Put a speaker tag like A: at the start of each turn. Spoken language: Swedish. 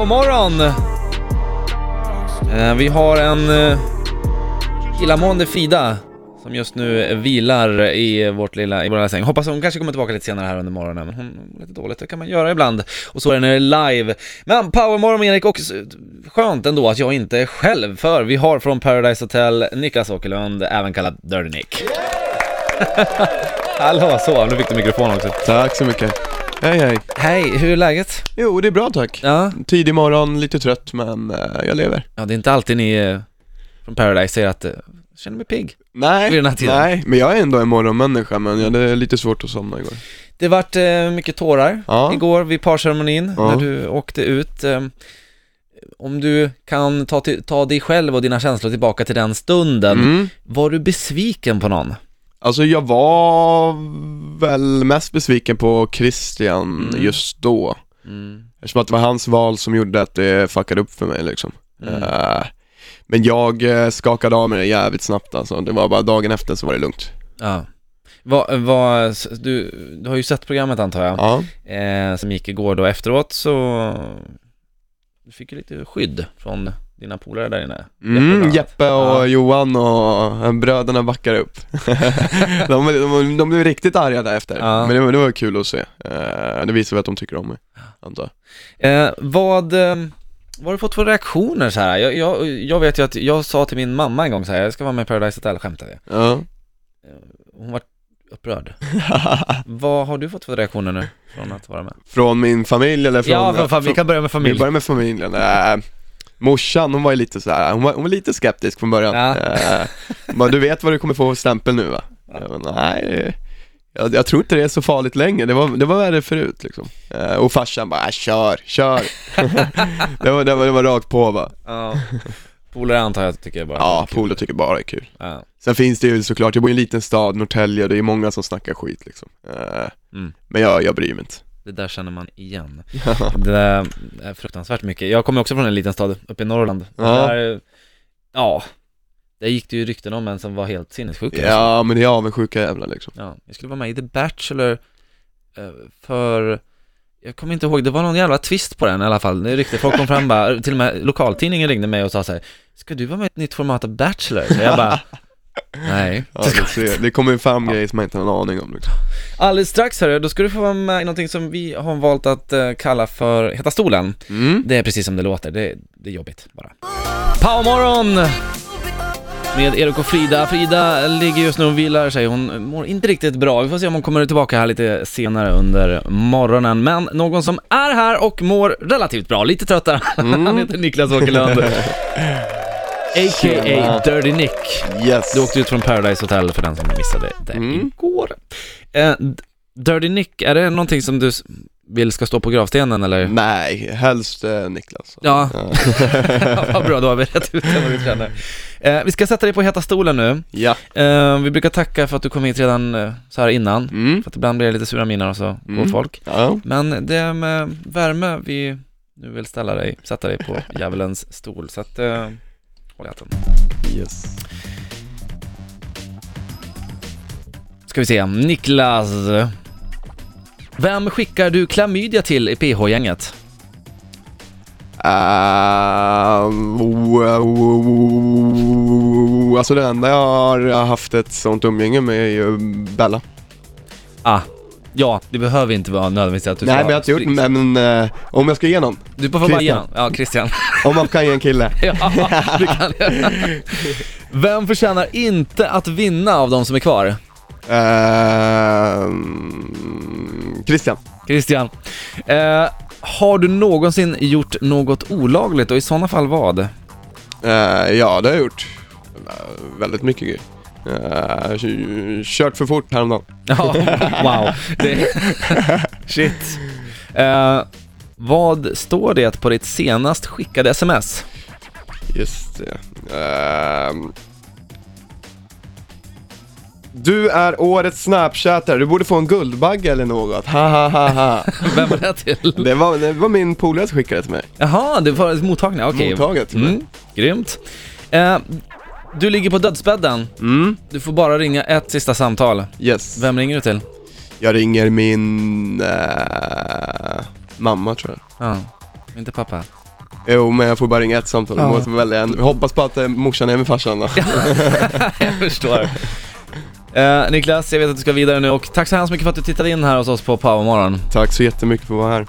A: Powermorgon! Eh, Vi har en eh, illamående Frida som just nu vilar i vårt lilla, i vår lilla säng. Hoppas hon kanske kommer tillbaka lite senare här under morgonen, men hon hon är lite dåligt, det kan man göra ibland. Och så är det när det är live. Men Powermorgon med Erik och s- skönt ändå att jag inte är själv, för vi har från Paradise Hotel Niklas Åkerlund, även kallad Dirty Nick. Hallå, så, nu fick du mikrofon också.
B: Tack så mycket. Hej hej.
A: Hej, hur är läget?
B: Jo, det är bra tack.
A: Ja.
B: Tidig morgon, lite trött men eh, jag lever.
A: Ja, det är inte alltid ni eh, från Paradise säger att eh, "Jag känner mig pigg.
B: Nej,
A: Vid den här tiden.
B: nej, men jag är ändå en morgonmänniska men jag hade lite svårt att somna igår.
A: Det vart eh, mycket tårar
B: Ja.
A: igår vid parceremonin
B: Ja.
A: när du åkte ut. Eh, om du kan ta, till, ta dig själv och dina känslor tillbaka till den stunden,
B: Mm.
A: var du besviken på någon?
B: Alltså jag var väl mest besviken på Christian
A: Mm.
B: just då.
A: Mm.
B: Eftersom att det var hans val som gjorde att det fuckade upp för mig liksom.
A: Mm.
B: Eh, men jag eh, skakade av mig det jävligt snabbt alltså. Det var bara dagen efter så var det lugnt.
A: Ja. Vad- vad- s- du, du har ju sett programmet antar jag,
B: Ja.
A: eh, som gick igår då efteråt så du fick ju lite skydd från dina polare där inne. bland
B: Mm,
A: annat.
B: Jeppe och
A: Ja.
B: Johan och eh, bröderna backar upp. de, de, de blev riktigt arga därefter,
A: Ja.
B: men det, var- det var kul att se. Eh, det visar väl att de tycker om mig, antar jag.
A: Eh, vad, eh, vad har du fått för reaktioner så här? Jag, jag, jag vet ju att jag sa till min mamma en gång så här, jag ska vara med i Paradise Hotel, skämtade jag.
B: Ja.
A: Hon var upprörd. vad har du fått för reaktioner nu från att vara med?
B: Från min familj eller från...
A: börja med
B: Vi börjar med familjen. Eh, morsan, hon var ju lite så här, hon var, hon var lite skeptisk från början.
A: Ja.
B: Eh, bara, du vet vad du kommer få för stämpel nu va? Jag bara, nej, det- jag, jag tror inte det är så farligt längre. Det var, det var värre förut liksom. Eh, och farsan bara, "Äh, kör, kör. det, var, det, var, det var rakt på va.
A: Ja. Polare antar jag tycker jag bara.
B: Ja, polare tycker bara det är kul.
A: Ja.
B: Sen finns det ju såklart, jag bor i en liten stad, Norrtälje, och det är många som snackar skit liksom. Eh,
A: Mm.
B: Men jag, jag bryr mig inte.
A: Det där känner man igen. Det där är fruktansvärt mycket. Jag kommer också från en liten stad uppe i Norrland.
B: Ja.
A: Där, ja, där gick det ju rykten om en som var helt sinnessjuk.
B: Ja, men det är avundsjuka jävlar liksom.
A: Ja, jag skulle vara med i The Bachelor eh, för jag kommer inte ihåg, det var någon jävla twist på den i alla fall, det är riktigt, folk kom fram bara, till och med lokaltidningen ringde mig och sa så här, Ska du vara med i ett nytt format av Bachelor? Så jag bara, nej
B: Ja, det, ser, det kommer ju fram grejer som man inte har en aning om liksom.
A: Alldeles strax hörru, då ska du få vara med i någonting som vi har valt att eh, kalla för Heta stolen
B: Mm.
A: Det är precis som det låter, det, det är jobbigt bara Powermorgon! Med Erik och Frida. Frida ligger just nu och vilar sig, hon mår inte riktigt bra. Vi får se om hon kommer tillbaka här lite senare under morgonen. Men någon som är här och mår relativt bra, lite tröttare,
B: Mm.
A: han heter Niklas Åkerlund. A.k.a.
B: Tjena.
A: Dirty Nick.
B: Yes.
A: Du åkte ut från Paradise Hotel för den som missade det
B: Mm.
A: igår. Eh, D- Dirty Nick, är det någonting som du s- vill ska stå på gravstenen eller?
B: Mm. Nej, helst eh, Niklas.
A: Ja,
B: Ja.
A: vad bra, då har vi rätt ut det vad vi känner. Eh, vi ska sätta dig på heta stolen nu.
B: ja.
A: Eh, vi brukar tacka för att du kom hit redan eh, så här innan.
B: Mm.
A: För att ibland blir det lite sura miner och så går
B: Mm.
A: folk.
B: Ja.
A: Men det är med värme vi nu vill ställa dig, sätta dig på djävulens stol. Så att, eh, håll i hatten.
B: Yes.
A: Ska vi se, Niklas. Vem skickar du klamydia till i PH-gänget?
B: Uh, alltså det enda jag har haft ett sånt umgänge med är ju Bella.
A: Ah, ja, det behöver inte vara nödvändigtvis att du
B: Nej
A: ska
B: men jag har inte gjort, men eh, om jag ska ge någon,
A: Du får bara ge
B: Christian.
A: honom. Ja, Christian.
B: om man kan ge en kille.
A: Ja, det kan jag. Vem förtjänar inte att vinna av de som är kvar?
B: Eh, Christian.
A: Christian, eh, har du någonsin gjort något olagligt och i sådana fall vad?
B: Eh, ja, det har jag gjort. Eh, väldigt mycket grejer. Eh, kö- kört för fort häromdagen.
A: Ja, wow. Det... Shit. Eh, vad står det på ditt senast skickade sms?
B: Just det. Ehm. Du är årets snapchatare, du borde få en guldbagge eller något. Ha ha ha ha.
A: Vem var det till?
B: Det var, det var min polare som skickade till mig.
A: Jaha, det var mottagna, okej.
B: Mottaget till mig.
A: Mm, grymt. Eh, du ligger på dödsbädden.
B: Mm.
A: Du får bara ringa ett sista samtal.
B: Yes.
A: Vem ringer du till?
B: Jag ringer min eh, mamma tror jag.
A: Ja. Inte pappa.
B: Jo, men jag får bara ringa ett samtal. Jag
A: Ja.
B: måste välja en. Hoppas på att eh, morsan är med farsan då.
A: jag förstår. Eh, Niklas, jag vet att du ska vidare nu och tack så hemskt mycket för att du tittade in här hos oss på Powermorgon.
B: Tack så jättemycket för att vara här.